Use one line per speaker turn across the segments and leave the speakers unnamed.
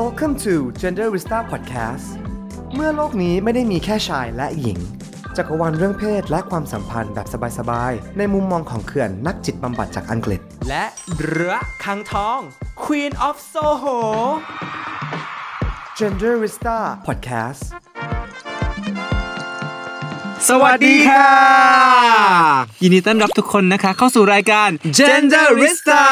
Welcome to Gender Vista Podcast เมื่อโลกนี้ไม่ได้มีแค่ชายและหญิง จักรวาลเรื่องเพศและความสัมพันธ์แบบสบายๆ ในมุมมองของเขื่อนนักจิตบำบัดจากอังกฤษ และเรือคังทอง Queen of Soho Gender Vista Podcast
สวัสดีค่ะ ยินดีต้อนรับทุกคนนะคะ เข้าสู่รายการ Genderista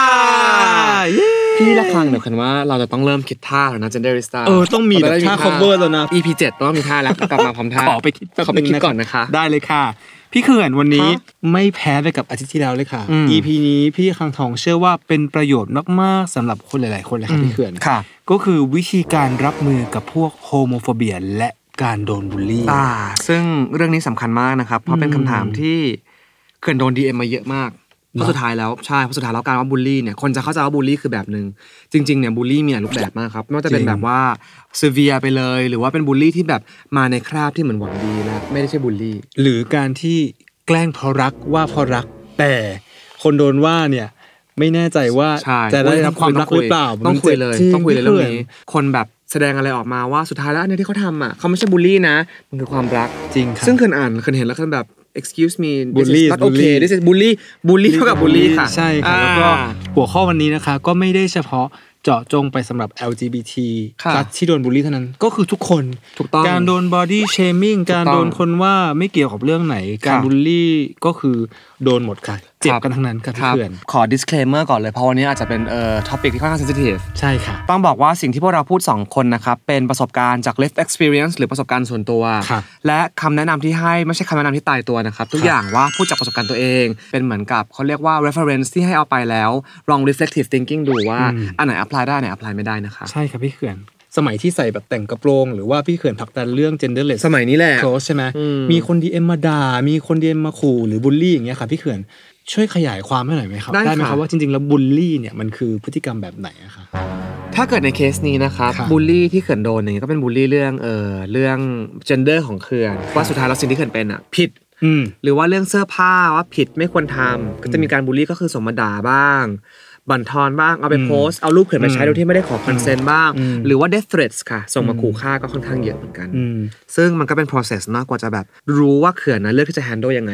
เย้
พี่ละครั้งเดี๋ยวคันว่าเราจะต้องเริ่มคิดท่าแล้วนะ Genderista
เออ ต้องมีแบบท่า cover แล้วนะ
EP 7ต้องมีท่าแล้วกลับมาพร้อมท่า
ขอไปคิดแป๊บ
ขอไปคิด
นึง
ก่อนนะคะ
ได้เลยค่ะ พี่เขื่อนวันนี้
ครับ
ไม่แพ้ไปกับอาทิตย์ที่แล้วเลยค่ะ
อืม
EP นี้พี่คังทองเชื่อว่าเป็นประโยชน์มากๆสำหรับคนหลายๆ คนเลยค่ะพี่เขื่อน
ค่ะ
ก็คือวิธีการรับมือกับพวกโฮโมโฟเบียและการโดนบูลลี่
อ่า ซึ่งเรื่องนี้สำคัญมากนะครับ เพราะเป็นคำถามที่เขื่อนโดน DM มาเยอะมากเพราะสุดท้ายแล้วใช่เพราะสุดท้ายแล้วการว่าบูลลี่เนี่ยคนจะเข้าใจว่าบูลลี่คือแบบหนึ่งจริงๆเนี่ยบูลลี่มีหลายรูปแบบมากครับไม่ว่าจะเป็น
จริง
แบบว่าเซเวียไปเลย หรือว่าเป็นบูลลี่ที่แบบมาในคราบที่เหมือนหวังดีและไม่ได้ใช่บูลลี่
หรือการที่แกล้งเพราะรักว่าเพราะรัก แต่คนโดนว่าเนี่ยไม่แน่ใจว่า
ใช่
จะได้รับความรักหรือเปล่า
ต้องคุยเลย
จ
ต้องคุยเลยเรื่องนี้
พี่ขื่
คนแบบแสดงอะไรออกมาว่าสุดท้ายแล้วอันเนี้ยที่เขาทำอ่ะเขาไม่ใช่บูลลี่นะ มันคือความรัก
นจริงครับ
ซึ่งเคนอ่านเคนเห็นแล้วเคนแบบ excuse me this is
Bully is
not okay
bully
this is bully bully เท่ากับ bully ค่ะ
ใช่ครั
อ่า
บแล้วก็หัวข้อวันนี้นะคะ ก็ไม่ได้เฉพาะเจาะจงไปสำหรับ LGBT
ค่ะ
รัฐที่โดนบูลลี่เท่านั้น ก็คือทุกคน
ถูกต้อง
การโดนบอดี้เชมิ่งการ
ถูกต้อง
โดนคนว่าไม่เกี่ยวกับเรื่องไหน การ
ค่ะ
บูลลี่ก็คือโดนหมดค่ะ เจ็บ
ครับ
กันทั้งนั้นค่ะ
ค
พี่
รับ
เพื่อน
ขอ disclaimer ก่อนเลยเพราะวันนี้อาจจะเป็นเอ่อ topic ที่ค่อนข้าง sensitive
ใช่ค่ะ
ต้องบอกว่าสิ่งที่พวกเราพูด 2 คนนะครับ เป็นประสบการณ์จาก life experience หรือประสบการณ์ส่วนตัว
ครับ
และคำแนะนำที่ให้ไม่ใช่คำแนะนำที่ตายตัวนะครับ ทุ
ค
ก
รับ
อย่างว่าพูดจากประสบการณ์ตัวเอง เป็นเหมือนกับเขาเรียกว่า reference ที่ให้เอาไปแล้วลอง reflective thinking ดูว่า
อืม
อันไหน apply ได้อันไหน apply ไม่ได้นะคะ
ใช่ครับพี่เขื่อน สมัยที่ใส่แบบแต่งกระโปรงหรือว่าพี่เขื่อนผลักดันเรื่อง genderless
สมัยนี้แหละ
โคลสใช่ไหม
อืม
มีคนดีเอ็มมาด่ามีคนดีเอ็มมาขู่หรือบูลลี่อย่างเงี้ยค่ะพี่เขื่อนช่วยขยายความให้หน่อยไหมครับไหมครับว่าจริงๆแล้วบูลลี่เนี่ยมันคือพฤติกรรมแบบไหนอะคะ
ถ้าเกิดในเคสนี้นะครับ
ครับ
บูลลี่ที่เขื่อนโดนเนี่ยก็เป็นบูลลี่เรื่องเอ่อเรื่อง gender ของเขื่อนว่าสุดท้ายแล้วสิ่งที่เขื่อนเป็นอ่ะผิด
ืม
หรือว่าเรื่องเสื้อผ้าว่าผิดไม่ควรทำก็จะมีการบูลลี่ก็คือส่งมาด่าบ้าง บั่นทอนบ้างเอาไป
อืม
โพสต์เอารูปเขื่อนไปใช้
อืม
โดยที่ไม่ได้ขอคอนเซนต์บ้าง
อืม
หรือว่า death threats ค่ะ ส่งมาขู่ฆ่าก็ค่อนข้างเยอะเหมือนกัน
อืม
ซึ่งมันก็เป็น process มากกว่าจะแบบ รู้ว่าเขื่อนนะเลือกที่จะ handle ยังไง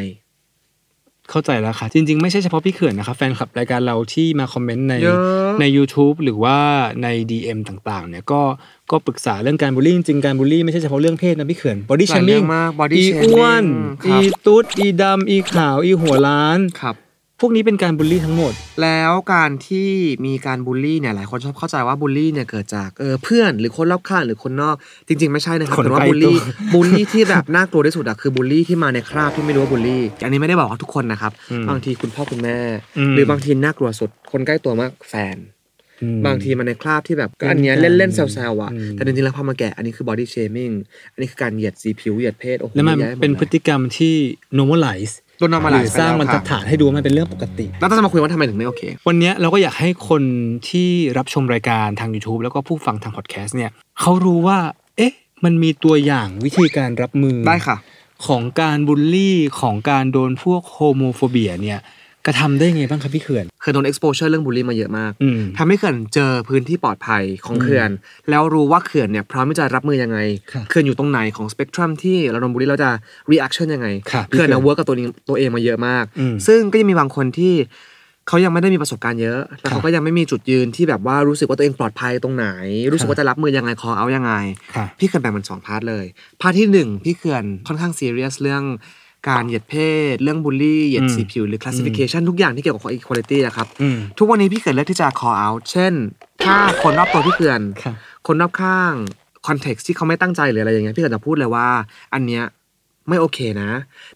เข้าใจแล้วค่ะ จริง ๆ ไม่ใช่เฉพาะพี่เขื่อนนะครับแฟนคลับรายการเราที่มาคอมเมนต์ใน
เยอะ
ใน YouTube หรือว่าใน DM ต่างๆ เนี่ยก็ก็ปรึกษาเรื่องการบูลลี่จริงๆการบูลลี่ไม่ใช่เฉพาะเรื่องเพศนะพี่เขื่อนบอดี้
ห
เช
ลายเรื่
มิ่
อง งมาก body
อี
shaming
อ้วน
ครับ
อีตุ๊ดอีดำอีขาวอีหัวล้าน
ครับ
พวกนี้เป็นการบูลลี่ทั้งหมด
แล้วการที่มีการบูลลี่เนี่ยหลายคนชอบเข้าใจว่าบูลลี่เนี่ยเกิดจากเออเพื่อนหรือคนรอบข้างหรือคนนอกจริง ๆ ไม่ใช่นะครับ
คน
แต่ว่า
ใกล้
บูลลี่
ตัว
บูลลี่ที่แบบน่ากลัวที่สุดอะคือบูลลี่ที่มาในคราบที่ไม่รู้ว่าบูลลี่ อันนี้ไม่ได้บอกว่าทุกคนนะครับ บางทีคุณพ่อคุณแม่ หรือบางทีน่ากลัวสุด คนใกล้ตัวมากแฟน
อืม
บางทีมันในคราบที่แบบก็อันเนี้ย
เล่
เล่
น
น
กัน
เล่นๆแซวๆอะ
อืม
แต่จริงๆแล้วพอมาแกะอันนี้คือบอดี้เชมิ่งอันนี้คือการเหยียดสีผิวเหยียดเพศโอ้โห
แล้วมัน
ย้ายหด
เป็น
ลย
พฤติกรรมที่ normalize
โดนนำมา
ห
ห
รื
ลาย
อสร้างบรรทัด
ค่ะ
ฐานให้ดูว่ามันเป็นเรื่องปกติ
แล้วต้องมาคุยว่าทำไมถึงไม่โอเค
วันเนี้ยเราก็อยากให้คนที่รับชมรายการทาง YouTube แล้วก็ผู้ฟังทางพอดแคสต์เนี่ยเขารู้ว่า เอ๊ะ มันมีตัวอย่างวิธีการรับมือ
ได้ค่ะ
ของการบูลลี่ของการโดนพวกโฮโมโฟเบียเนี่ยกระทำได้ไงบ้างครับพี่เขื่อน
เคยโดน exposure เรื่องบูลลี่มาเยอะมาก
อืม
ทำให้เขื่อนเจอพื้นที่ปลอดภัยของเขื่อน แล้วรู้ว่าเขื่อนเนี่ยพร้อมที่จะรับมือยังไง
ครับ
เขื่อนอยู่ตรงไหนของสเปกตรัมที่เราโดนบูลลี่เราจะ reaction ยังไง
ครับ
เขื่อน
พี่
นะ
เขื่อน
เวิร์กกับตัวเองตัวเองมาเยอะมาก
อืม
ซึ่งก็ยังมีบางคนที่เขายังไม่ได้มีประสบการณ์เยอะ แล้ว
ครั
เขา
บ
ก็ยังไม่มีจุดยืนที่แบบว่ารู้สึกว่าตัวเองปลอดภัยตรงไหน รู้สึกว่าจะรับมือยังไงคอเอายังไง
ครับ
พี่เขื่อนแบ่งเป็นสองพาร์ทเลย พาร์ทที่หนึ่งพี่เขื่อนค่อนข้างซีเรียสเรื่องการเหยียดเพศ เรื่องบูลลี่เหยียดสีผิวหรือ classification ทุกอย่างที่เกี่ยวกับ equality อะครับ
อืม
ทุกวันนี้พี่เขื่อนเลือกที่จะ call out เช่น ถ้าคนรอบตัวพี่เขื่อน
ครับ
คนรอบข้าง context ที่เขาไม่ตั้งใจหรืออะไรอย่างเงี้ย พี่เขื่อนจะพูดเลยว่า อันเนี้ยไม่โอเคนะ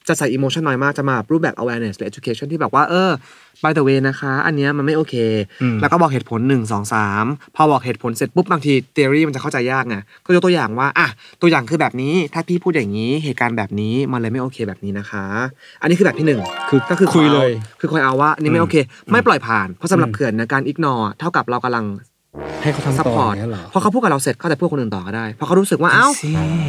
จะใส่ emotion น้อยมาก จะมาแบบรูปแบบ awareness หรือ education ที่แบบว่า เออ by the way นะคะ อันเนี้ยมันไม่โอเค
อืม
แล้วก็บอกเหตุผล 1 2 3 พอบอกเหตุผลเสร็จปุ๊บบางที theory มันจะเข้าใจยากไง ก็ยกตัวอย่างว่า อ่ะ ตัวอย่างคือแบบนี้ ถ้าพี่พูดอย่างนี้ เหตุการณ์แบบนี้ มันเลยไม่โอเคแบบนี้นะคะ อันนี้คือแบบที่หนึ่ง
คือ
ก็คือ
คุยเลย
อาคือคอยเอาว่าอันนี้ไม่โอเค ไม่ปล่อยผ่าน เพราะสำหรับ
อืม
เขื่อนนะการอิกนอเท่ากับเรากำลัง
ให้เขา
ซัพ
ทำต่อ
พอ
อ
ร์ต
ย่างเงี้ยเหรอ
พอเขาพูดกับเราเสร็จเขาจะพูดกับคนอื่นต่อก็ได้เพราะเขารู้สึกว่า
อ้า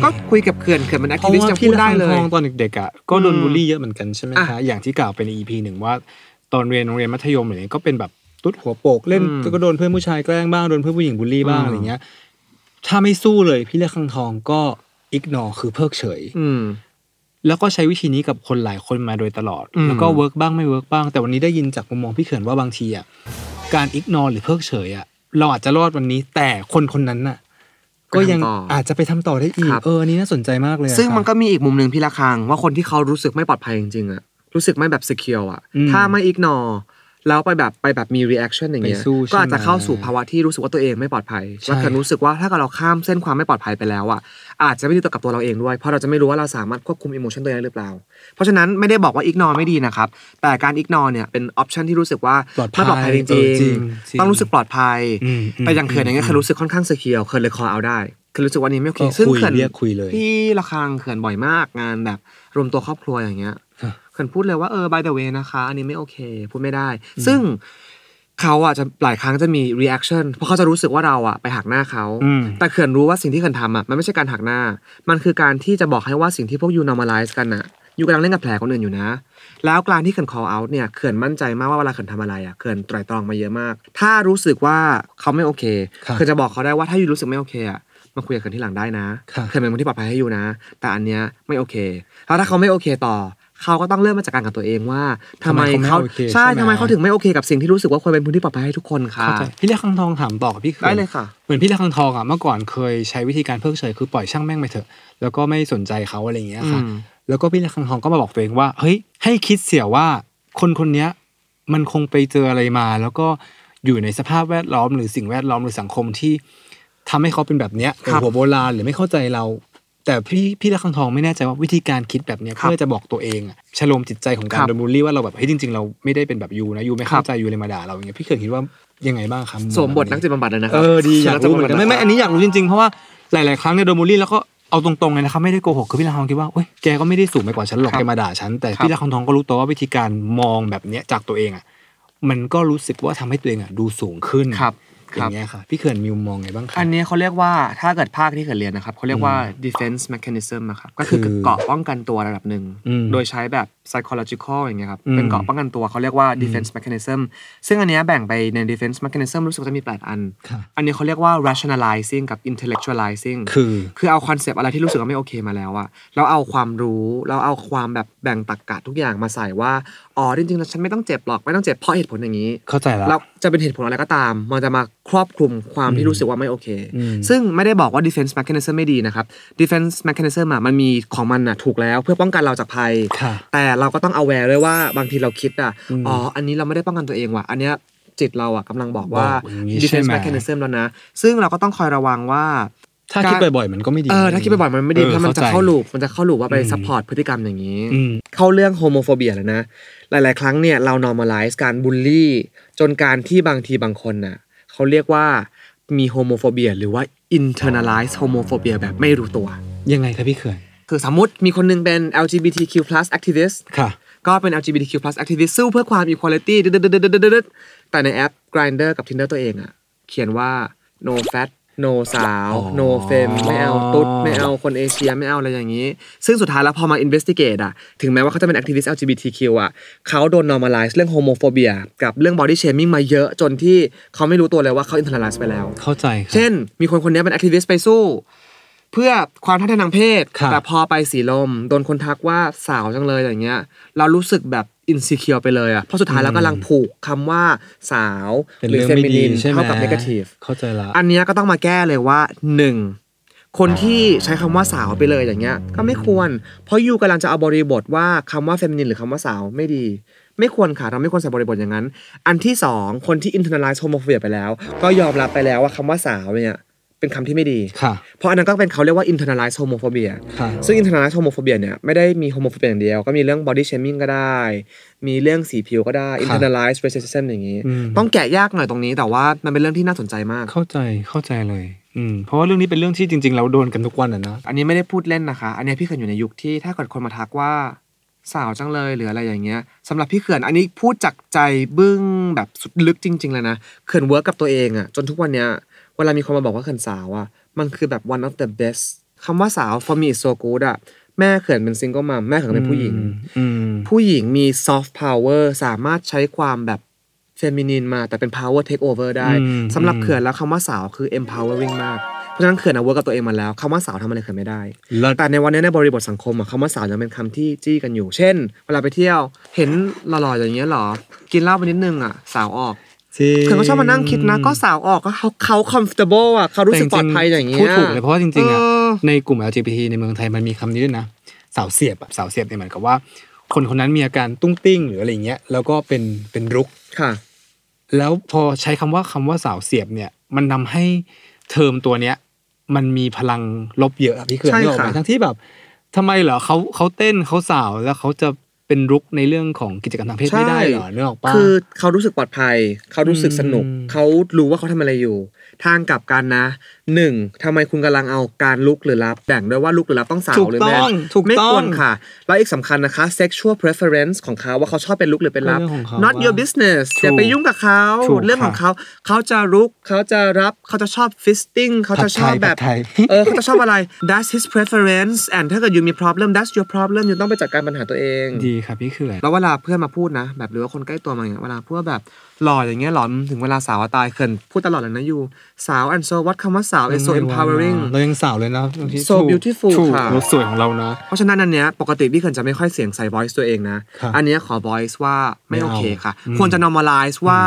เอ้าก็คุยกับเขื่อนเขื่อนมันแอค
เพ
ที
ราะว่า
ฟิสต์จะ
พี่
พูด
ละ
ได้
คัง
เล
ท
ย
องตอนเด็กๆอ่ะก็โดน
อืม
บูลลี่เยอะเหมือนกันใช่ไหม
อ่ะ
คะอย่างที่กล่าวไปใน EP หนึ่งว่าตอนเรียนโรงเรียนมัธยมอะไรเงี้ยก็เป็นแบบ ตุดหัวโปกเล่น
อืม
ก็โดนเพื่อนผู้ชายแกล้งบ้างโดนเพื่อนผู้หญิงบูลลี่บ้างอะไรเงี้ย ถ้าไม่สู้เลยพี่เล็กคังทองก็อิกนอคือเพิกเฉย
อืม
แล้วก็ใช้วิธีนี้กับคนหลายคนมาโดยตลอด
อืม
แล้วก็เวิร์กบ้างไม่เวิร์กบ้าง แต่วันนี้ได้ยินจากมุมมองพี่เขื่อนว่าบางทีอ่ะการอิกนอหรือเพิกเฉยอ่ะเราอาจจะรอดวันนี้ แต่คนคนนั้นน่ะ ก็ยัง
ไปทำต่ออ
อาจจะไปทำต่อได้อีก
ครับ
เอออันนี้น่าสนใจมากเลยอะ
ซึ่งมั
ค
น
รับ
ก็มีอีกมุมหนึ่งพี่ละคังว่าคนที่เขารู้สึกไม่ปลอดภัยจริงๆอะรู้สึกไม่แบบ s e เคียวอะ
อืม
ถ้าไม่อิกนอแล้วไปแบบไปแบบมี reaction อย่างเงี้ย
ไปสู้ใช่ไหม
ก็อาจจะเข้าสู่ภาวะที่รู้สึกว่าตัวเองไม่ปลอดภัย
ใช่
แล้วก็รู้สึกว่าถ้าเกิดเราข้ามเส้นความไม่ปลอดภัยไปแล้วอะอาจจะไม่ดีต่อกับตัวเราเองด้วยเพราะเราจะไม่รู้ว่าเราสามารถควบคุมอิโมชันตัวเองได้หรือเปล่า เพราะฉะนั้นไม่ได้บอกว่าอิกนอไม่ดีนะครับแต่การอิกนอเนี่ยเป็นออปชันที่รู้สึกว่าไม่ปลอดภัยจ
เอ
ริ
อง
ๆต้องรู้สึกปลอดภัย
อืมม
แต่อย่างเขื่อนอย่างเงี้ยเคยรู้สึกค่อนข้างสเคียวเคยเลยคอเอาได้เคยรู้สึกว่านี่ไม่โอเค
ก็
ซึ่ง
คุย
เขื่อน
เรียกคุยเลย
พี่ระคังเขื่อนบ่อยมากงานแบบรวมตัวครอบครัวอย่างเงี้ย
ฮะ
เขื่อนพูดเลยว่าเออ by the way นะคะ อันนี้ไม่โอเค พูดไม่ได้ ซึ่งเขาอ่ะจะหลายครั้งจะมี reaction เพราะเขาจะรู้สึกว่าเราอ่ะไปหักหน้าเขา
อืม
แต่เขื่อนรู้ว่าสิ่งที่เขื่อนทำอ่ะมันไม่ใช่การหักหน้า มันคือการที่จะบอกให้ว่าสิ่งที่พวกยู normalize กันอ่ะยูกำลังเล่นกับแผลคนอื่นอยู่นะ แล้วการที่เขื่อน call out เนี่ยเขื่อนมั่นใจมากว่าเวลาเขื่อนทำอะไรอ่ะเขื่อนไตรตรองมาเยอะมาก ถ้ารู้สึกว่าเขาไม่โอเค
ครับ
เขื่อนจะบอกเขาได้ว่าถ้ายูรู้สึกไม่โอเคอ่ะมาคุยกับเขื่อนที่หลังได้นะครับ เขื่อนเป็นคนที่ปลอดภัยให้ยูนะ แต่อันเนี้ยไม่โอเคแล้วถ้าเขาไม่โอเคต่อ เขาก็ต้องเริ่มมาจากการกับตัวเองว่าทำไม
ทำไมเขา
เขา
ไม่โอเค
ใช่
ใช่ไหม
ทำไมเขาถึงไม่โอเคกับสิ่งที่รู้สึกว่าควรเป็นพื้นที่ปลอดภัยให้ทุกคนค่ะ
เข้าใจพี่เล็กคังทองถามต่อกับพี่เขื่อน
ได้เลยค่ะ
เหมือนพี่ละคังทองอ่ะเมื่อก่อนเคยใช้วิธีการเพิกเฉยคือปล่อยช่างแม่งไปเถอะ แล้วก็ไม่สนใจเขาอะไรอย่างเงี้ยค่ะ
อืม
แล้วก็พี่ละคังทองก็มาบอกตัวเองว่าเฮ้ยให้คิดเสียว่าคนคนเนี้ยมันคงไปเจออะไรมา แล้วก็อยู่ในสภาพแวดล้อมหรือสิ่งแวดล้อมหรือสังคมที่ทำให้เขาเป็นแบบเนี้ยเป็นหัวโบราณหรือไม่เข้าใจเรา แต่พี่พี่ละคังทองไม่แน่ใจว่าวิธีการคิดแบบเนี้ยเพื่อจะบอกตัวเองอะชะโลมจิตใจของการ
ครับ
โดนบูลลี่ว่าเราแบบเฮ้ยจริงๆ เราไม่ได้เป็นแบบยูนะยูไม่
ครั
เข้า
บ
ใจยูเลยมาด่าเราอย่างเงี้ยพี่เคยคิดว่ายังไงบ้างครับ
สวมบทนักจิตบำบัดเลยนะครั
เออดีอยากรู้เหมือนกัน
สว
ไม่
บท
ไม่
กจิตบำบัด
อันนี้อยากรู้จริงๆ เพราะว่าหลายๆ ครั้งเนี่ยโดนบูลลี่แล้วก็เอาตรงๆเลยนะครับไม่ได้โกหกคือพี่ละครคิดว่าเอ้ยแกก็ไม่ได้สูงไปกว่าฉันหรอกแกมาด่าฉันแต่พี่ละครทองก็รู้ตัวว่าวิธีการมองแบบเนี้ยจากตัวเองอ่ะมันก็รู้สึกว่าทำให้ตัวเองอ่ะดูสูงขึ้น
ครับ
อ
ค
ย่า
รับ
งเงี้ยค่ะพี่เขื่อนมิวมองไงบ้างครั
อั
บ
นนี้เขาเรียกว่าถ้าเกิดภาคที่เคยเรียนนะครับเขาเรียกว่า defense mechanism นะครับก็คือ
คือ
เกราะป้องกันตัวระดับหนึ่ง
อืม
โดยใช้แบบ psychological อย่างเงี้ยครับ
อืม
เป็นเกราะป้องกันตัวเขาเรียกว่า defense mechanism ซึ่งอันเนี้ยแบ่งไปใน defense mechanism รู้สึกจะมี 8 อัน
ค่ะ
อันนี้เขาเรียกว่า rationalizing กับ intellectualizing
คือ
คือเอาคอนเซปต์อะไรที่รู้สึกว่าไม่โอเคมาแล้วอะแล้วเอาความรู้แล้วเอาความแบบแบ่งตรรกะทุกอย่างมาใส่ว่าอ๋อจริงๆแล้วฉันไม่ต้องเจ็บหรอกไม่ต้องเจ็บเพราะเหตุผลอย่างนี้
เข้าใจ
แล้
แล้ว ว
จะเป็นเหตุผลอะไรก็ตาม มันจะมาครอบคลุมความที่รู้สึกว่าไม่โอเค
อืม
ซึ่งไม่ได้บอกว่า defense mechanism ไม่ดีนะครับ defense mechanism อะมันมีของมันอะถูกแล้วเพื่อป้องกันเราจากภัย
ค่ะ
แต่เราก็ต้อง aware ด้วยว่าบางทีเราคิดอะ
อืม
อ๋ออันนี้เราไม่ได้ป้องกันตัวเองว่ะอันเนี้ยจิตเราอะกำลังบอกว่า
บอกอย่างนี้ใช่
defense
ไหม
mechanism แล้วนะ ซึ่งเราก็ต้องคอยระวังว่า
ถ้าคิดบ่อยๆมันก็ไม่ดี
เออถ้าคิดบ่อยๆมันไม่ดี
ออ
เพราะมันจะเข้าลูปมันจะเข้าลูปว่าไป
อืม
support พฤติกรรมอย่างนี้
อืม
เข้าเรื่องโฮโมโฟเบียแล้วนะ หลาย ๆ ครั้งเนี่ยเรา normalize การบูลลี่ จนการที่บางทีบางคนน่ะเขาเรียกว่ามีโฮโมโฟเบียหรือว่า internalize โฮโมโฟเบียแบบไม่รู้ตัว
ยังไงครับพี่เขื่อน
คือสมมติมีคนหนึงเป็น LGBTQ+ activist
ค่ะ
ก็เป็น LGBTQ+ activist สู้เพื่อความ equality ดึดๆๆๆๆๆแต่ในแอป Grindr กับ Tinder ตัวเองอ่ะ เขียนว่า no fat no สาว
อ๋อ
no fem ไม่เอาตุ๊ดไม่เอาคนเอเชียไม่เอาอะไรอย่างนี้ ซึ่งสุดท้ายแล้วพอมา investigate อ่ะ ถึงแม้ว่าเขาจะเป็น activist LGBTQ อ่ะเขาโดน normalize เรื่อง homophobia กับเรื่อง body shaming มาเยอะจนที่เขาไม่รู้ตัวเลยว่าเขา internalize ไปแล้ว
เข้าใจครับ
เช่น มีคนคนนี้เป็น activist ไปสู้ เพื่อความเท่าเทียมทางเพศ
ครับ
แต่พอไปสีลม โดนคนทักว่าสาวจังเลยอย่างเงี้ย เรารู้สึกแบบอิน e ิเคียวไปเลยอะเพราะสุดท้ายเรากำลังผูกคำว่าสาว
เป็น
หรือ
เรื่อง
เฟ
ไม่
มิ
ดี
นิน
ใช่ไหม
เท่ากับเนกาทีฟ
เข้าใจละ
อันเนี้ยก็ต้องมาแก้เลยว่าหนึ่งคนที่ใช้คำว่าสาวไปเลยอย่างเงี้ย ก็ไม่ควร เพราะยูกำลังจะเอาบริบทว่าคำว่าเฟมินินหรือคำว่าสาวไม่ดี ไม่ควรค่ะเราไม่ควรใส่บริบทอย่างนั้น อันที่สองคนที่ internalize homophobia ไปแล้ว ก็ยอมรับไปแล้วว่าคำว่าสาวเนี่ยเป็นคำที่ไม่ดี
ค่ะ
เพราะอันนั้นก็เป็นเขาเรียกว่า internalize homophobia
ค่ะ
ซึ่ง internalize homophobia เนี่ยไม่ได้มี homophobia อย่างเดียว ก็มีเรื่อง body shaming ก็ได้ มีเรื่องสีผิวก็ได้
ค่ะ
internalize racism อย่างนี้
อืม
ต้องแกะยากหน่อยตรงนี้ แต่ว่ามันเป็นเรื่องที่น่าสนใจมาก
เข้าใจเข้าใจเลย อืมเพราะว่าเรื่องนี้เป็นเรื่องที่จริง ๆ เราโดนกันทุกวันอ่ะนะ
อันนี้ไม่ได้พูดเล่นนะคะ อันนี้พี่เขื่อนอยู่ในยุคที่ถ้าเกิดคนมาทักว่าสาวจังเลยหรืออะไรอย่างเงี้ยสำหรับพี่เขื่อนอันนี้พูดจากใจบึ้งแบบสุดลึกจริง ๆ เลยนะเขื่อนเวิร์กกับตัวเองอะจนทุกวันเนี้ยเวลามีคนมาบอกว่าเขื่อนสาวอะมันคือแบบ one of the best คำว่าสาว for me is so good อะแม่เขื่อนเป็นซิงเกิลมัมแม่เขื่อนเป็นผู้หญิง
อืม
ผู้หญิงมี soft power สามารถใช้ความแบบ เฟมินีนมาแต่เป็น power take over ได้
อืม
สำหรับเขื่อนแล้วคำว่าสาวคือ empowering มาก เพราะฉะนั้นเขื่อนเอาเวิร์กกับตัวเองมาแล้วคำว่าสาวทำอะไรเขื่อนไม่ได้
เลิศ
แต่ในวันนี้ในบริบทสังคมอะคำว่าสาวยังเป็นคำที่จี้กันอยู่ เช่น เวลาไปเที่ยวเห็นหล่อๆอย่างเงี้ยหรอ กินเหล้าไปนิดนึงอ่ะ สาวออกเขื่อนก็ชอบมานั่งคิดนะ ก็สาวออกก็เขาเขา comfortable อ่ะเขารู้สึกปลอดภัยอย่างเงี้ย
พูดถูกเลยเพราะว่าจริงๆอ่ะ
เออ
ในกลุ่ม LGBT ในเมืองไทยมันมีคำนี้ด้วยนะสาวเสียบอะสาวเสียบเนี่ยเหมือนกับว่า คนคนนั้นมีอาการตุ้งติ้งหรืออะไรเงี้ยแล้วก็เป็นเป็นรุก
ค่ะ
แล้วพอใช้คำว่าคำว่าสาวเสียบเนี่ยมันนำให้เทอมตัวเนี้ยมันมีพลังลบเยอะอะพี่เขื่อน
ใช่
นึกออกไหม
ค่ะ
ทั้งที่แบบทำไมเหรอเขาเขาเต้นเขาสาวแล้วเขาจะเป็นรุกในเรื่องของกิจกรรมทางเพศไม่ได้เหรอนึกออกปะ
คือเขารู้สึกปลอดภัย เขารู้สึกสนุก
อืม
เขารู้ว่าเขาทำอะไรอยู่ ทางกลับกันนะหนึ่งทำไมคุณกำลังเอาการลุกหรือรับแบ่งด้วยว่าลุกหรือรับต้องสาว
ถูก
หรือ
ต้
แม่
องถูก
ไม่
ต้อ
คว
ง
รค่ะ แล้วอีกสำคัญนะคะ sexual preference ของเขาว่าเขาชอบเป็นลุกหรือเป็นรับ
ก็เรื่องของเขา
not your business
ถูก
อย่าไปยุ่งกับเขา
ถูก
เรื่องของ
ค่ะ
เขา เขาจะลุก เขาจะรับ เขาจะชอบ fisting เขาจะชอบแบบ
ผัดไทย
เออเขาจะชอบอะไร that's his preference and ถ้าเกิด you มี problem that's your problem you ต้องไปจัดการปัญหาตัวเอง
ดีครับพี่เขื่อน
แล้วเวลาเพื่อนมาพูดนะ แบบหรือว่าคนใกล้ตัวมาอย่างเงี้ยเวลาพูดว่าแบบหล่ออย่างเงี้ยหล่ออืมถึงเวลาสาวอะตายเขินพูดตลอดเลยนะยูสาว and so what คำว่าสาว is so
ยังไงวะ
empowering
เรายังสาวเลยนะบางที
So
ถูก
beautiful
ถูก
ค่ะ
เราสวยของเรานะ
เพราะฉะนั้นอันเนี้ยปกติพี่เขินจะไม่ค่อยเสียงใส่ voice ตัวเองนะ
ครับ
อันเนี้ยขอ voice ว่าไม่
ไม่
โอ
เอา
เคค่ะ
อืม
ควรจะ normalize ว่า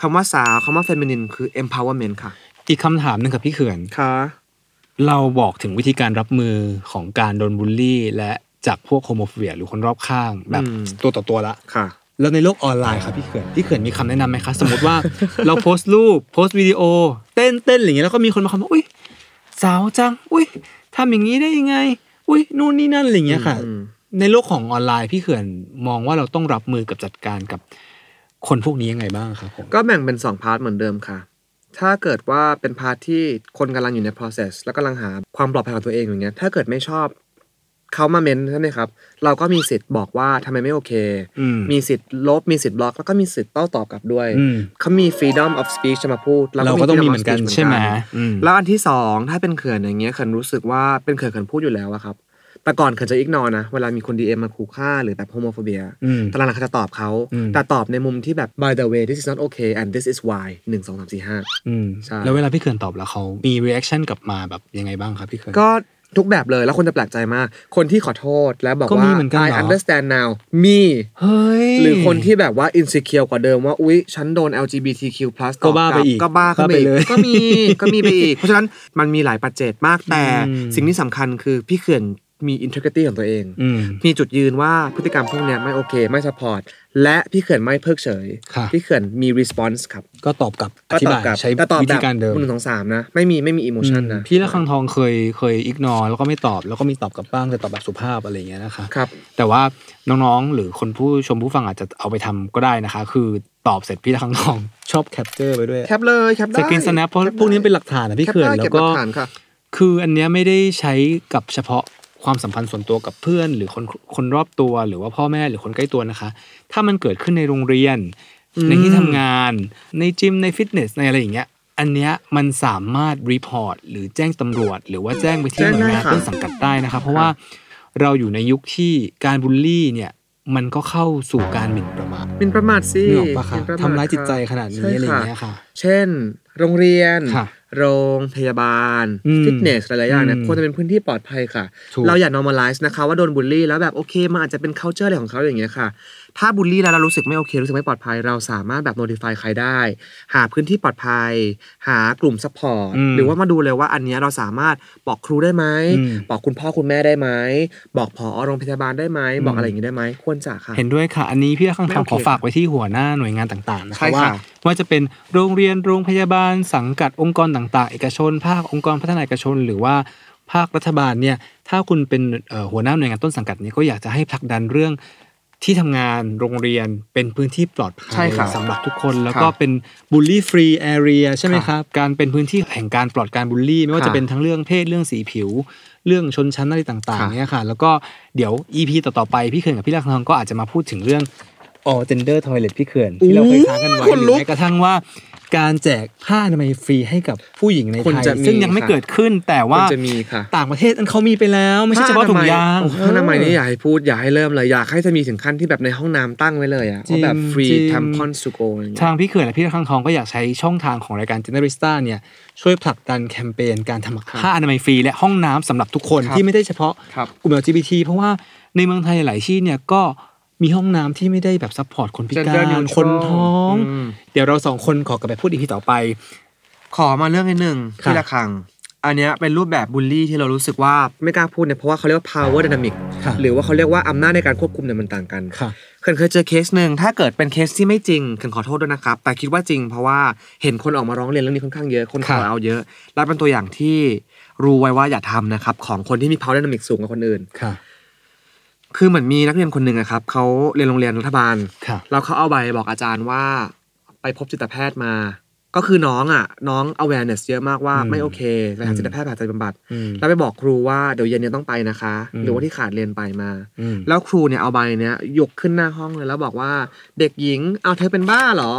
คำว่าสาวคำว่า feminine คือ empowerment ค่ะ
อีกคำถามหนึ่งครับพี่เขื่อน
ค่ะ
เราบอกถึงวิธีการรับมือของการโดนบูลลี่ และจากพวกโฮโมโฟเบียหรือคนรอบข้างแบบ
อืม
ตัวต่อตัวละ
ค่ะ
แล้วในโลกออนไลน์ครับพี่เขื่อนพี่เขื่อนมีคำแนะนำไห มคะ สมมติว่า เราโพสต์รูปโพสต์วิดีโอ เต้นเต้นอะไรอย่างเงี้ยแล้วก็มีคนมาคอมเมนต์ว่าอุ้ยสาวจังอุ้ยทำอย่างนี้ได้ยังไง อุ้ยนู่นนี่นั่นอะไรอย่างเงี้ยค่ะ
อืม
ในโลกของออนไลน์พี่เขื่อนมองว่าเราต้องรับมือกับจัดการกับคนพวกนี้ยังไงบ้างครับผม
ก็แบ่งเป็น 2 พาร์ทเหมือนเดิมค่ะ ถ้าเกิดว่าเป็นพาร์ทที่คนกำลังอยู่ใน process แล้วกำลังหาความปลอดภัยของตัวเองอย่างเงี้ย ถ้าเกิดไม่ชอบเขามาเมนใช่ไหมครับ เราก็มีสิทธิ์บอกว่าทำไมไม่โอเค
อืม
มีสิทธิ์ลบ มีสิทธิ์บล็อก แล้วก็มีสิทธิ์โต้ตอบกลับด้วย
อืม
เขามี freedom of speech จะมาพูด
เราก็ต้องมีเห
freedom of
มือนกัน
speech
ใช่ไหมอืม
แล้วอันที่สองถ้าเป็นเขื่อนอย่างเงี้ยเขื่อนรู้สึกว่าเป็นเขื่อนเขื่อนพูดอยู่แล้วอะครับ แต่ก่อนเขื่อนจะอิกนอนะ เวลามีคนดีเอ็มมาขู่ฆ่าหรือแบบโฮโมโฟเบีย
อืม
ตอนหลังเขาจะตอบเขา
อืม
แต่ตอบในมุมที่แบบ by the way this is not okay and this is why หนึ่งสองสามสี่ห้า
อืม
ใช่
แล้วเวลาพี่เขื่อนตอบแล้วเขามี reaction กลับมาแบบยังไงบ้างครับพี่เขื่อน
ก็ทุกแบบเลยแล้วคนจะแปลกใจมาก คนที่ขอโทษแล้วบอก
ก็
ว่า
มีเหมือนกันเหร
I
อ
understand now มี
เฮ้ย
หรือคนที่แบบว่าอินสิเคียวกว่าเดิมว่า อุ๊ย ฉันโดน LGBTQ+
ก็บ้าไปอีก
ก็บ้าขึ้นไปอี
บ้าไปเลย
กก็มี ก็มีไปอีก เพราะฉะนั้นมันมีหลายปัจเจกมากแต่
อืม
สิ่งที่สำคัญคือพี่เขื่อนมี integrity ของตัวเอง
อืม
มีจุดยืนว่าพฤติกรรมพวกเนี้ยไม่โอเคไม่ support และพี่เขื่อนไม่เพิกเฉย
ค่ะ
พี่เขื่อนมี response ครับ
ก็ตอบกลับอ
ก็ตอบบ
ธิาย
กลับ
ใช้
แต่ตอบ
วิ
แบ
ธี
บ
การเดิม
หนึ่งสองสามนะ ไม่มีไม่มี emotion
อืม
นะ
พี่ละคังทองเคยเคยอิกนอแล้วก็ไม่ตอบแล้วก็มีตอบกลับบ้างแต่ตอบแบบสุภาพอะไรอย่างเงี้ยนะคะ
ครับ
แต่ว่าน้องๆ หรือคนผู้ชมผู้ฟังอาจจะเอาไปทำก็ได้นะคะ คือตอบเสร็จพี่ละคังทอง ชอบแคปเจอร์ไปด้วย
แคปเลยแคปได้
สกรีนสแนปเพราะ
แคได้
พวกนี้เป็นหลักฐานนะพี่
แคป
เขื่อน
ได้
แล้
เก็
ว
บห
ก็
ลักฐานค่ะ
คืออันเนี้ยไม่ได้ใช้กับเฉพาะความสัมพันธ์ส่วนตัวกับเพื่อน หรือคนคนรอบตัวหรือว่าพ่อแม่หรือคนใกล้ตัวนะคะ ถ้ามันเกิดขึ้นในโรงเรียน
อืม
ในที่ทำงาน ในจิมในฟิตเนสในอะไรอย่างเงี้ยอันเนี้ยมันสามารถรีพอร์ตหรือแจ้งตำรวจ หรือว่าแจ้งไปที่หน่วยงานต้นสังกัดได้นะคะ เพราะว่าเราอยู่ในยุคที่การบูลลี่เนี่ยมันก็เข้าสู่การหมิ่นประมาท
หมินประมาทสิ
นึกออกปะคะ
หนปะมท
ทำร้ายจิตใจขนาด
ใช่
นี้อะไรอย่างเงี้ยค่ะ
เช่น โรงเรียน
ค่ะ
โรงพยาบาล
อืม
ฟิตเนสหลายๆอย่างเนี่ย
อืม
ควรจะเป็นพื้นที่ปลอดภัยค่ะ
ถูก
เราอย่า normalize นะคะว่าโดนบูลลี่แล้วแบบโอเคมันอาจจะเป็น culture อะไรของเขาอย่างเงี้ยค่ะ ถ้าบูลลี่แล้วเรารู้สึกไม่โอเค รู้สึกไม่ปลอดภัย เราสามารถแบบ notify ใครได้ หาพื้นที่ปลอดภัย หากลุ่ม support
อืม
หรือว่ามาดูเลยว่าอันเนี้ยเราสามารถบอกครูได้ไหม
อืม
บอกคุณพ่อคุณแม่ได้ไหมบอกผอโรงพยาบาลได้ไหมบอกอะไรอย่างงี้ได้ไหมควรจะค่ะ
เห็นด้วยค่ะ อันนี้พี่ข้าง
ไม่
ทาง
โอเค
ขอฝากไว้ที่หัวหน้าหน่วยงานต่างๆนะ
ใช่
คะ
ค่ะ
ว่าว่าจะเป็นโรงเรียนโรงพยาบาล สังกัดองค์กรต่างๆ เอกชน ภาคองค์กรพัฒนาเอกชน หรือว่าภาครัฐบาลเนี่ยถ้าคุณเป็นเอ่อหัวหน้าหน่วยงานต้นสังกัดนี้ก็อยากจะให้ผลักดันเรื่องที่ทำงานโรงเรียนเป็นพื้นที่ปลอดภั
ใช่
ย
ค่ะ
สำหรับทุกคนแล้ว
ค่ะ
ก็เป็นบูลลี่ฟรีแอเรียใช่ไหมค
ค่ะ
รับการเป็นพื้นที่แห่งการปลอดการบูลลี่ ไม่ว่า
ค่ะ
จะเป็นทั้งเรื่องเพศเรื่องสีผิว เรื่องชนชั้นอะไรต่างๆ
ค่ะ
เนี่ย เนี่ยค่ะแล้วก็เดี๋ยว EP ต่อ ๆ ไปพี่เขื่อนกับพี่ลักทองก็อาจจะมาพูดถึงเรื่อง all gender toilet พี่เขื่อนที่เราเคยค้างกันไว้ห
อู้ขน
รื
ลุ
อก แม้กระทั่งว่า การแจกผ้าทำไมยฟรีให้กับผู้หญิงใน
คว
ไท
ร
ย
จะมี
ซึ่งยังไม่
ค่ะ
เกิดขึ้นแต่
คว
ว่า
รจะมีค่ะ
ต่างประเทศอันเขามีไปแล้ว ไม่ใช่เฉพาะถุงยาง
โอ้โหผ้าอนามัยนี่อย่าให้พูดอย่าให้เริ่มเลยอยากให้จะมีถึงขั้นที่แบบในห้องน้ำตั้งไว้เลยอะ
จริ
ว่าง แบบฟรี
จริง
ทำคอนสุโกอะไรอย่างเงี้ย
ทางพี่เขื่อนและพี่ระฆังทองก็อยากใช้ช่องทางของรายการ g e n e r i s t a เนี่ยช่วยผลักดันแคมเปญการทำผ้าอนามัยฟรีและห้องน้ำสำหรับทุกคน
ครับ
ที่ไม่ได้เฉพาะ
ครับ
กลุ่ม LGBT เพราะว่าในเมืองไทยหลายที่เนี่ยก็มีห้องน้ำที่ไม่ได้แบบซัพพอร์ตคนพิกา
Gender
ร
neutral
คนท้อง
ม
เดี๋ยวเราสองคนขอกลับไปพูดอีกทีต่อไป
ขอมาเรื่องนิดหนึ่ง
ครับ
ที่ละครัง อันเนี้ยเป็นรูปแบบบูลลี่ที่เรารู้สึกว่าไม่กล้าพูดเนี่ยเพราะว่าเขาเรียกว่า power dynamic
ค่ะ
หรือว่าเขาเรียกว่าอำนาจในการควบคุมเนี่ยมันต่างกัน
ค่ะ
เคนเคยเจอเคสหนึ่งถ้าเกิดเป็นเคสที่ไม่จริงเคนขอโทษด้วยนะครับ แต่คิดว่าจริงเพราะว่าเห็นคนออกมาร้องเรียนเรื่องนี้ค่อนข้างเยอะคนขอ
ครับ
เอาเยอะ และเป็นตัวอย่างที่รู้ไว้ว่าอย่าทำนะครับของคนที่มี power dynamic สูงกว่าคนอื่น
ค่ะ
คือเหมือนมีนักเรียนคนหนึ่งอะครับเขาเรียนโรงเรียนรัฐบาล
ค่ะ
เราเขาเอาใบบอกอาจารย์ว่าไปพบจิตแพทย์มา ก็คือน้องอ่ะ น้อง awareness เยอะมากว่า
อืม
ไม่โอเคไปหา
อืม
จิตแพทย์ผ่าตัดบำบัด
อืม
แล้วไปบอกครูว่าเดี๋ยวเย็นเนี่ยต้องไปนะคะ
อืม
หรือว่าที่ขาดเรียนไปมา
อืม
แล้วครูเนี่ยเอาใบเนี้ยยกขึ้นหน้าห้องเลยแล้วบอกว่าเด็กหญิงเอาเธอเป็นบ้าเหรอ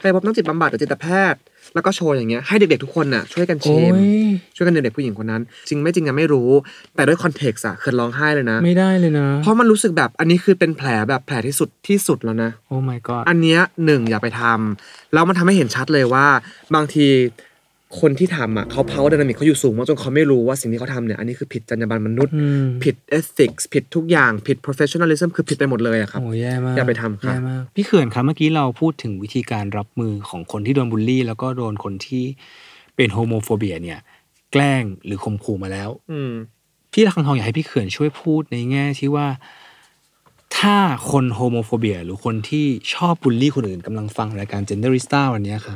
ไปพบนักจิตบำบัดหรือจิตแพทย์ แล้วก็โชว์อย่างเงี้ยให้เด็กๆทุกคนน่ะช่วยกันเชม
โอ้ย
ช่วยกันเด็กๆผู้หญิงคนนั้น จริงไม่จริงยังไม่รู้ แต่ด้วยคอนเท็กซ์อะเคยร้องไห้เลยนะ
ไม่ได้เลยนะ
เพราะมันรู้สึกแบบอันนี้คือเป็นแผลแบบแผลที่สุดที่สุดแล้วนะ
โอ้ my god
อันเนี้ยหนึ่งอย่าไปทำแล้วมันทำให้เห็นชัดเลยว่า บางทีคนที่ทำอ่ะเขา power dynamic เขาอยู่สูงมากจนเขาไม่รู้ว่าสิ่งที่เขาทำเนี่ยอันนี้คือผิดจรรยาบรรณมนุษย์
อืม
ผิด ethics ผิดทุกอย่างผิด professionalism คือผิดไปหมดเลยอะครับ
โอ้แย่มาก
อย่าไปทำครับ
แย่มากพี่เขื่อนครับเมื่อกี้เราพูดถึงวิธีการรับมือของคนที่โดนบูลลี่ แล้วก็โดนคนที่เป็นโฮโมโฟเบียเนี่ย แกล้งหรือข่มขู่มาแล้ว
อืม
พี่ระคังทองอยากให้พี่เขื่อนช่วยพูดในแง่ที่ว่า ถ้าคนโฮโมโฟเบียหรือคนที่ชอบบูลลี่คนอื่นกำลังฟังรายการ g e n d e r i s t a วันเนี้ยค่ะ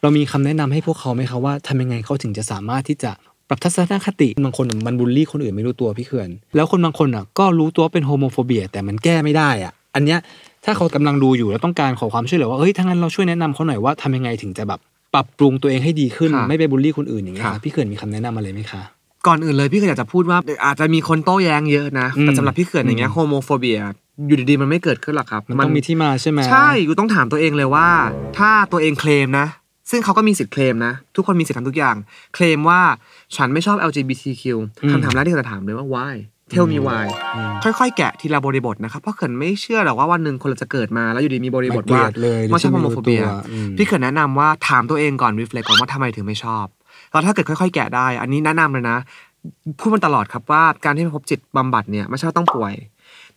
เรามีคำแนะนำให้พวกเขาไหมคะว่าทำยังไงเขาถึงจะสามารถที่จะปรับทัศนคติบางคนมันบูลลี่คนอื่นไม่รู้ตัวพี่เขื่อน แล้วคนบางคนอ่ะก็รู้ตัวเป็นโฮโมโฟเบียแต่มันแก้ไม่ได้อ่ะ อันเนี้ยถ้าเขากำลังดูอยู่แล้วต้องการขอความช่วยเหลือว่าเฮ้ยถ้างั้นเราช่วยแนะนำเขาหน่อยว่าทำยังไงถึงจะแบบปรับปรุงตัวเองให้ดีขึ้น
ค่ะ
ไม่ไปบูลลี่คนอื่นอย่างเงี้ยค่ะพี่เขื่อนมีคำแนะนำอะไรไหมคะ
ก่อนอื่นเลยพี่เขื่อนอยากจะพูดว่าอาจจะมีคนโต้แย้งเยอะนะ
อืม
แต่สำหรับพี่เขื่อนอย่างเงี้ยโฮโมโฟเบียอยู่ดีๆมันไม่เกิดขึ้นหรอกครับ
มันต้องมีที่มาใช่ไหม
ใช่อยู่ต้องถามตัวเองเลยว่า ถ้าตัวเองเคลมนะ ซึ่งเขาก็มีสิทธิ์เคลมนะ ทุกคนมีสิทธิ์ทำทุกอย่าง เคลมว่าฉันไม่ชอบ LGBTQ
อืม
คำถามแรกที่เขื่อนจะถามเลยว่า why tell me why
อืม
ค่อยๆ แกะทีละบริบทนะครับ เพราะเขินไม่เชื่อหรอกว่าวันหนึ่งคนเราจะเกิดมาแล้วอยู่ดีมีบริบทว่า
ไม่เกลียดเลย
ว่าชอบโฮโมโฟเบีย
ไม่รู้ตัวอืม
พี่เขินแนะนำว่าถามตัวเองก่อนรีเฟล็กก่อนว่าทำไมถึงไม่ชอบแล้วถ้าเกิดค่อยๆ แกะได้ อันนี้แนะนำเลยนะ พูดมันตลอดครับว่าการที่ไปพบจิตบำบัดเนี่ยไม่ใช่ว่าต้องป่วย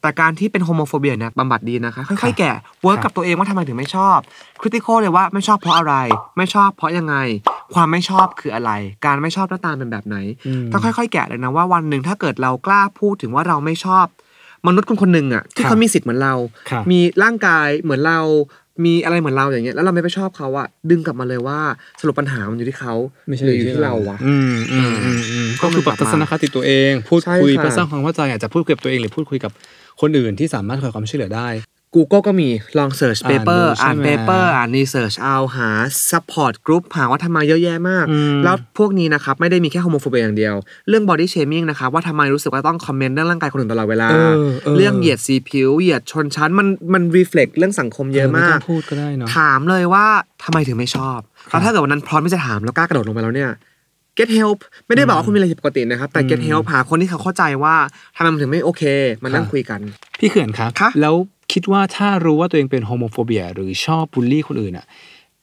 แต่การที่เป็นโฮโมโฟเบียเนี่ยบำบัดดีนะคะ ค่อยๆ แกะเวิร์กกับตัวเองว่าทำไมถึงไม่ชอบคริติคอลเลยว่าไม่ชอบเพราะอะไร ไม่ชอบเพราะยังไง ความไม่ชอบคืออะไร การไม่ชอบหน้าตาเป็นแบบไหน
อืม
ต้องค่อยๆ แกะเลยนะว่าวันหนึ่งถ้าเกิดเรากล้าพูดถึงว่าเราไม่ชอบ มนุษย์คนคนหนึ่งอ่ะที่
ครับ
เขามีสิทธิ์เหมือนเรา
ครับ
มีร่างกายเหมือนเรา มีอะไรเหมือนเราอย่างเงี้ยแล้วเราไม่ไปชอบเขาอ่ะดึงกลับมาเลยว่าสรุปปัญหามันอยู่ที่เขาหรืออยู่ที่เราวะ
อืมอืมอืมอืมก็คือปรับทัศนคติตัวเอง พูด
ใช่
คุย
ค่ะ
เพื่อสร้างความเข้าใจอาจจะพูดคุยกับตัวเองหรือพูดคุยกับคนอื่นที่สามารถขอความช่วยเหลือได้
Google ก็มีลอง search
อ่าน
paper
ดูใช่
อ่าน
ไหม
paper อ่าน research เอาหา support group หาว่าทำไมเยอะแยะมาก
อืม
แล้วพวกนี้นะครับ ไม่ได้มีแค่ homophobia อย่างเดียว เรื่อง body shaming นะครับ ว่าทำไมรู้สึกว่าต้องคอมเมนต์เรื่องร่างกายคนอื่นตลอดเวลา เรื่องเหยียดสีผิว เหยียดชนชั้น มันมัน reflect เรื่องสังคมเยอะ
ไต้
มาง ก
พูดก็ได้เนาะ
ถามเลยว่าทำไมถึงไม่ชอบ
ครั
แล้
บ
วถ้าเกิดวันนั้นพร้อมที่จะถามแล้วกล้ากระโดดลงไปแล้วเนี่ย get help ไม่ได้บอกว่าคุณมีอะไรผิดปกตินะครับ แต่ get
อืม
help หาคนที่เขาเข้าใจว่าทำไมมันถึงไม่โอเค มันนั่ง
ค่ะ
คุยกัน
พี่เขื่อนครับ
คะ
แล้วคิดว่าถ้ารู้ว่าตัวเองเป็นโฮโมโฟเบียหรือชอบบูลลี่คนอื่นอ่ะ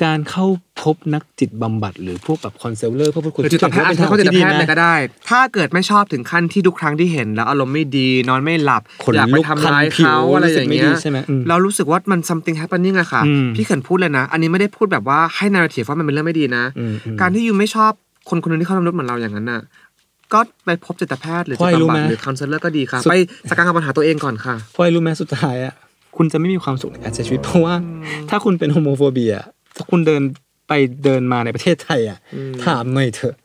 การเข้าพบนักจิตบำบัด หรือพวกแบบคอนเซลเลอร์เพื่อพูดคุย
หรือจิตแพทย์อาจจะเข้าจิต
ดี
แพทย์
นะ
เลยก็ได้ ถ้าเกิดไม่ชอบถึงขั้นที่ทุกครั้งที่เห็น แล้วอารมณ์ไม่ดีนอนไม่หลับ
ขนลุก
อยากไปทำร้าย
คัน
เขา
ผิว
อะไรอย่างเงี้
รู้สึกไม่
ย
ดีใช่ไหมอืม
เรารู้สึกว่ามัน something happening อะค่ะ
อืม
พี่เขินพูดเลยนะ อันนี้ไม่ได้พูดแบบว่าให้นาราทีฟว่ามันเป็นเรื่องไม่ดีนะ
อืมอืม
การที่ยูไม่ชอบคนคนหนึงที่เขาทำนุษย์เหมือนเราอย่างนั้นน่ะ ก็ไปพบจิตแพทย์หรือ
พล
จิ
อย
ต
รู้
บำบัด
ไหม
หรือคอนเซิลเลอร์ก็ดีค่ะ
สุด
ไปจัดการกับปัญหาตัวเองก่อนค่ะ
เพราะอะไรรู้ไหมสุดท้ายอ่ะคุณจะไม่มีความสุขในการใช้ชีวิต เพราะว่าถ้าคุณเป็นโฮโมโฟเบียถ้าคุณเดินไปเดินมาในประเทศไทยอ่ะ
อืม
ถามหน่อยเถอะ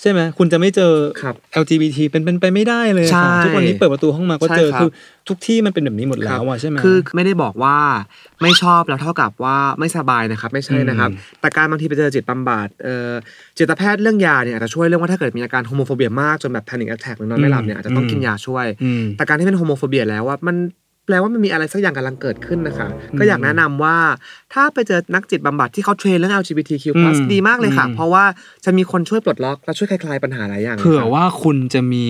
ใช่ไหมคุณจะไม่เจอ
ครับ
LGBT เป็นเป็นไปไม่ได้เลย
ใช่
ค่ะทุกวันนี้เปิดประตูห้องมาก็เจอ
ใช่ครับ
คือทุกที่มันเป็นแบบนี้หมดแล้วอ่ะใช่ไหม
คือไม่ได้บอกว่าไม่ชอบแล้วเท่ากับว่าไม่สบายนะครับ ไม่ใช่นะครับ
อืม
แต่การบางทีไปเจอจิตบำบัดเอ่อจิตแพทย์เรื่องยาเนี่ยอาจจะช่วยเรื่องว่าถ้าเกิดมีอาการโฮโมโฟเบียมากจนแบบแพนิคแอทแทกหรือนอนไม่หลับเนี่ยอาจจะต้องกินยาช่วย
อืม
แต่การที่เป็นโฮโมโฟเบียแล้วว่ามัน แปลว่ามันมีอะไรสักอย่างกำลังเกิดขึ้นนะคะ
อืม
ก็อยากแนะนำว่า ถ้าไปเจอนักจิตบำบัดที่เขาเทรนเรื่อง LGBTQ+
อืม
ดีมากเลยค่ะ
อืม
เพราะว่าจะมีคนช่วยปลดล็อกและช่วยคลายปัญหาหลายอย่างลย
เผื่อ
ค่ะ
ว่าคุณจะมี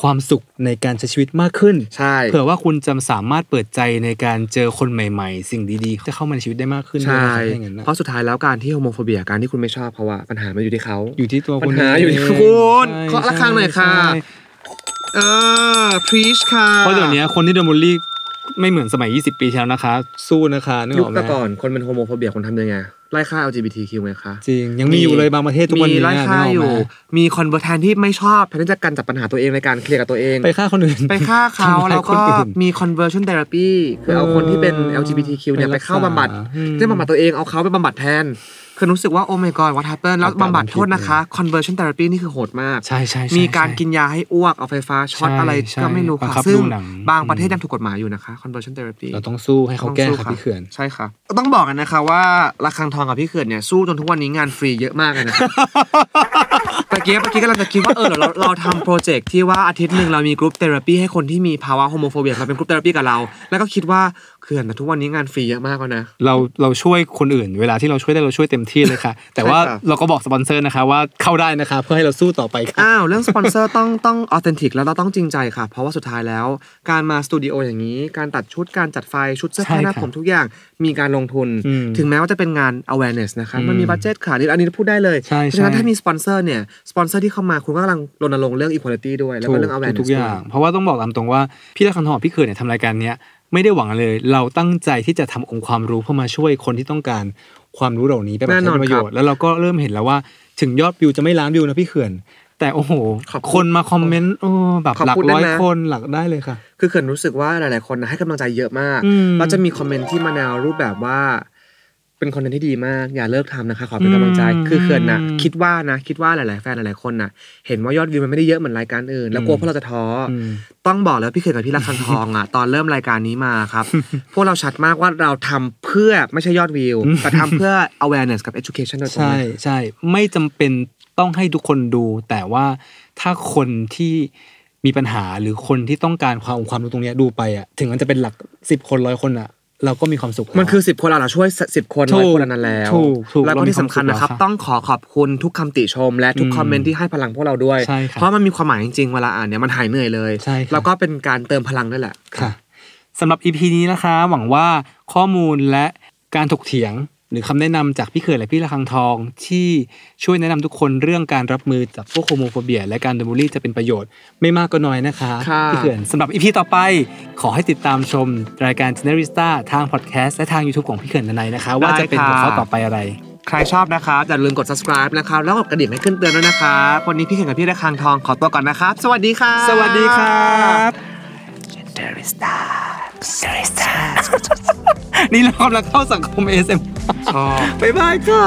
ความสุขในการใช้ชีวิตมากขึ้น
ใช่
เผื่อว่าคุณจะสามารถเปิดใจในการเจอคนใหม่ๆ สิ่งดีๆ จะเข้ามาในชีวิตได้มากขึ้นด้วย
ใช่
นะครับถ้าอย่างนั้นนะ
เพราะสุดท้ายแล้วการที่โฮโมโฟเบียการที่คุณไม่ชอบเขาอะปัญหามันอยู่ที่เขา
อยู่ที่ตัวคุณ
ปัญหาอยู่ที่
เง
คุณ
ใช่
เคาะระฆังหน่อยค่ะ
ใช่
เออพรีชค่ะ
เพราะเดี๋ยวนี้คนที่โดนบูลลี่ไม่เหมือนสมัย 20 ปีที่แล้วนะคะ สู้นะคะนึกอ
ยุค
อกไหม
แต่ก่อนคนเป็นโฮโมโฟเบียคนทำยังไงไล่ฆ่า LGBTQ ไหมคะ
จริง ยังมีอยู่เลยบางประเทศทุกวันนี้
มีไล่
นึกออก
ฆ่าอยู่
ไหม
มีคอนเวอร์แทนที่ไม่ชอบแทนที่จะกันจับปัญหาตัวเองในการเคลียร์กับตัวเอง
ไปฆ่าคนอื่น
ไปฆ่าเขา
ทำร้ย
แล้วก็
คนอื่น
มี conversion therapy คือเอาคนที่เป็น LGBTQ เนี่ยไปเข้าบำบัด
อืม
ไม่ได้บำบัดตัวเองเอาเขาไปบำบัดแทน คือรู้สึกว่าโอ้ my god what happened แล้วบำบัดโทษนะคะ conversion therapy นี่คือโหดมาก
ใช่ใช่ใช่
มีการกินยาให้อ้วกเอาไฟฟ้าช็อต
ใช่
อะไร
ใช่
ก็ไม่รู้
บัง
ค่ะ
คับ
ซึ่ง
ดูหนัง
บางประเทศยังถูกกฎหมายอยู่นะคะ conversion therapy
เราต้องสู้ให้เขาแก้
ต้อ
ค
งสู้
รับพี่เขื่อน
ใช่ค่ะ ต้องบอกกันนะคะว่าระฆังทองกับพี่เขื่อนเนี่ยสู้จนทุกวันนี้งานฟรีเยอะมากเลย นะครับ ตะเกียบเมื่อกี้กำลังจะคิดว่าเออเราเราเราทำโปรเจกต์ที่ว่าอาทิตย์หนึ่งเรามีกรุ๊ปเทอราปีให้คนที่มีภาวะโฮโมโฟเบียมาเป็นกรุ๊ปเทอราปีกับเรา แล้วก็คิดว่าเขื่อนนะทุกวันนี้งานฟรีเยอะมากแล้วนะ
เราเราช่วยคนอื่น เวลาที่เราช่วยได้เราช่วยเต็มที่เลยค่ะ แต่ว่า
ค่ะ
เราก็บอกสปอนเซอร์นะคะว่าเข้าได้นะคะเพื่อให้เราสู้ต่อไปค่ะ
อ้าวเรื่องสปอนเซอร์ต้องต้องออเทนติกแล้วเราต้องจริงใจค่ะ เพราะว่าสุดท้ายแล้ว การมาสตูดิโออย่างนี้ การตัดชุดการจัดไฟชุดเสื้อผ้า
ใช่
หน้า
ครับ
ผมทุกอย่างมีการลงทุน
อืม
ถึงแม้ว่าจะเป็นงาน awareness นะคะ
อืม
มันมีบัตเจตค่ะนี่อันนี้พูดได้เลย
ใช่
เพราะฉะนั้น
ใช่
ถ้ามีสปอนเซอร์เนี่ยสปอนเซอร์ที่เข้ามาคุณก็กำลังรณรงค์เรื่อง equality ด้วย แล้วก็เรื่อง
ถูก
awareness
ทุกๆอย่าง เพราะว่าต้องบอกตามตรงว่าพี่ละคันทองกับพี่เขื่อนเนี่ยทำรายการเนี้ยไม่ได้หวังอะไรเลย เราตั้งใจที่จะทำองค์ความรู้เพื่อมาช่วยคนที่ต้องการความรู้เหล่านี้ไปป
แน่
ระโยช
นอน
น์ประโยชน์แล้วเราก็เริ่มเห็นแล้วว่าถึงยอดวิวจะไม่ล้านวิวนะพี่เขื่อน แต่โอ้โห
ขอบคุณ
คนมาคอมเมนต์โอ้แบบ
ขอบ
หลัก
คุณ
ร้อย
นะ
คนหลักได้เลยค่ะ
คือเขินรู้สึกว่าหลาย ๆ คนนะให้กำลังใจเยอะมาก
อืม
เราจะมีคอมเมนต์ที่มาแนวรูปแบบว่า เป็นคอนเทนต์ที่ดีมาก อย่าเลิกทำนะคะ ขอเป็นกำลังใจ
อืม
คือเขินนะ
อืม
คิดว่านะคิดว่าหลาย ๆ แฟนหลาย ๆ คนนะเห็นว่ายอดวิวมันไม่ได้เยอะเหมือนรายการอื่น แล้วกลัวพวกเราจะท้ออ
ม
ต้องบอกแล้วพี่เขินกับพี่รักคันทองอ่ะ ตอนเริ่มรายการนี้มาครับ พวกเราชัดมากว่าเราทำเพื่อไม่ใช่ยอดวิว แต่ทำเพื่อ awareness กับ education โดยตรง
ใช่
เลย
ใช่ไม่จำเป็นต้องให้ทุกคนดู แต่ว่าถ้าคนที่มีปัญหาหรือคนที่ต้องการความความรู้ตรงเนี้ยดูไปอ่ะถึงมันจะเป็นหลักสิบคนร้อยคนอ่ะ เราก็มีความสุขแล้ว
มันคือ 10 คนเราเราช่วย 10 คน
ถู
ร้อย
ก
คนอันนั้นแล้ว
ถูกถูก
แล้วก็ที่สำคัญนะครับ
เรามีความสุขแล้วค่ะ
ต้องขอขอบคุณทุกคำติชม และทุก
อืม
คอมเมนต์ที่ให้พลังพวกเราด้วย
ใช่ครับ
เพราะมันมีความหมายจริงๆ เวลาอ่านเนี่ยมันหายเหนื่อยเลย
ใช่ครับ
แล้วก็เป็นการเติมพลังด้วยแหละ
ค่ะสำหรับ EP นี้นะคะ หวังว่าข้อมูลและการถกเถียง หรือคำแนะนำจากพี่เขื่อนและพี่ระคังทอง ที่ช่วยแนะนำทุกคนเรื่องการรับมือจากพวกโฮโมโฟเบีย และการโดนบูลลี่จะเป็นประโยชน์ไม่มากก็น้อยนะคะ
ค่ะ
พี่เขื่อนสำหรับ EP ต่อไป ขอให้ติดตามชมรายการ g e n e r i s t a ทางพอดแคสต์และทาง YouTube ของพี่เขื่อนนัยนะคะ ว่าจะเป็นหัวข้อต่อไปอะไร
ใครชอบนะครับอย่าลืมกด subscribe นะครับ แล้วกดกระดิ่งให้ขึ้นเตือนด้วยนะครับวันนี้พี่เข่งกับพี่ระคังทองขอตัวก่อนนะครับ สวัสดีค่ะ
สวัสดีครับ นี่เรากำลังเข้าสังคม ASM
ชอบ
บ๊ายบายค่ะ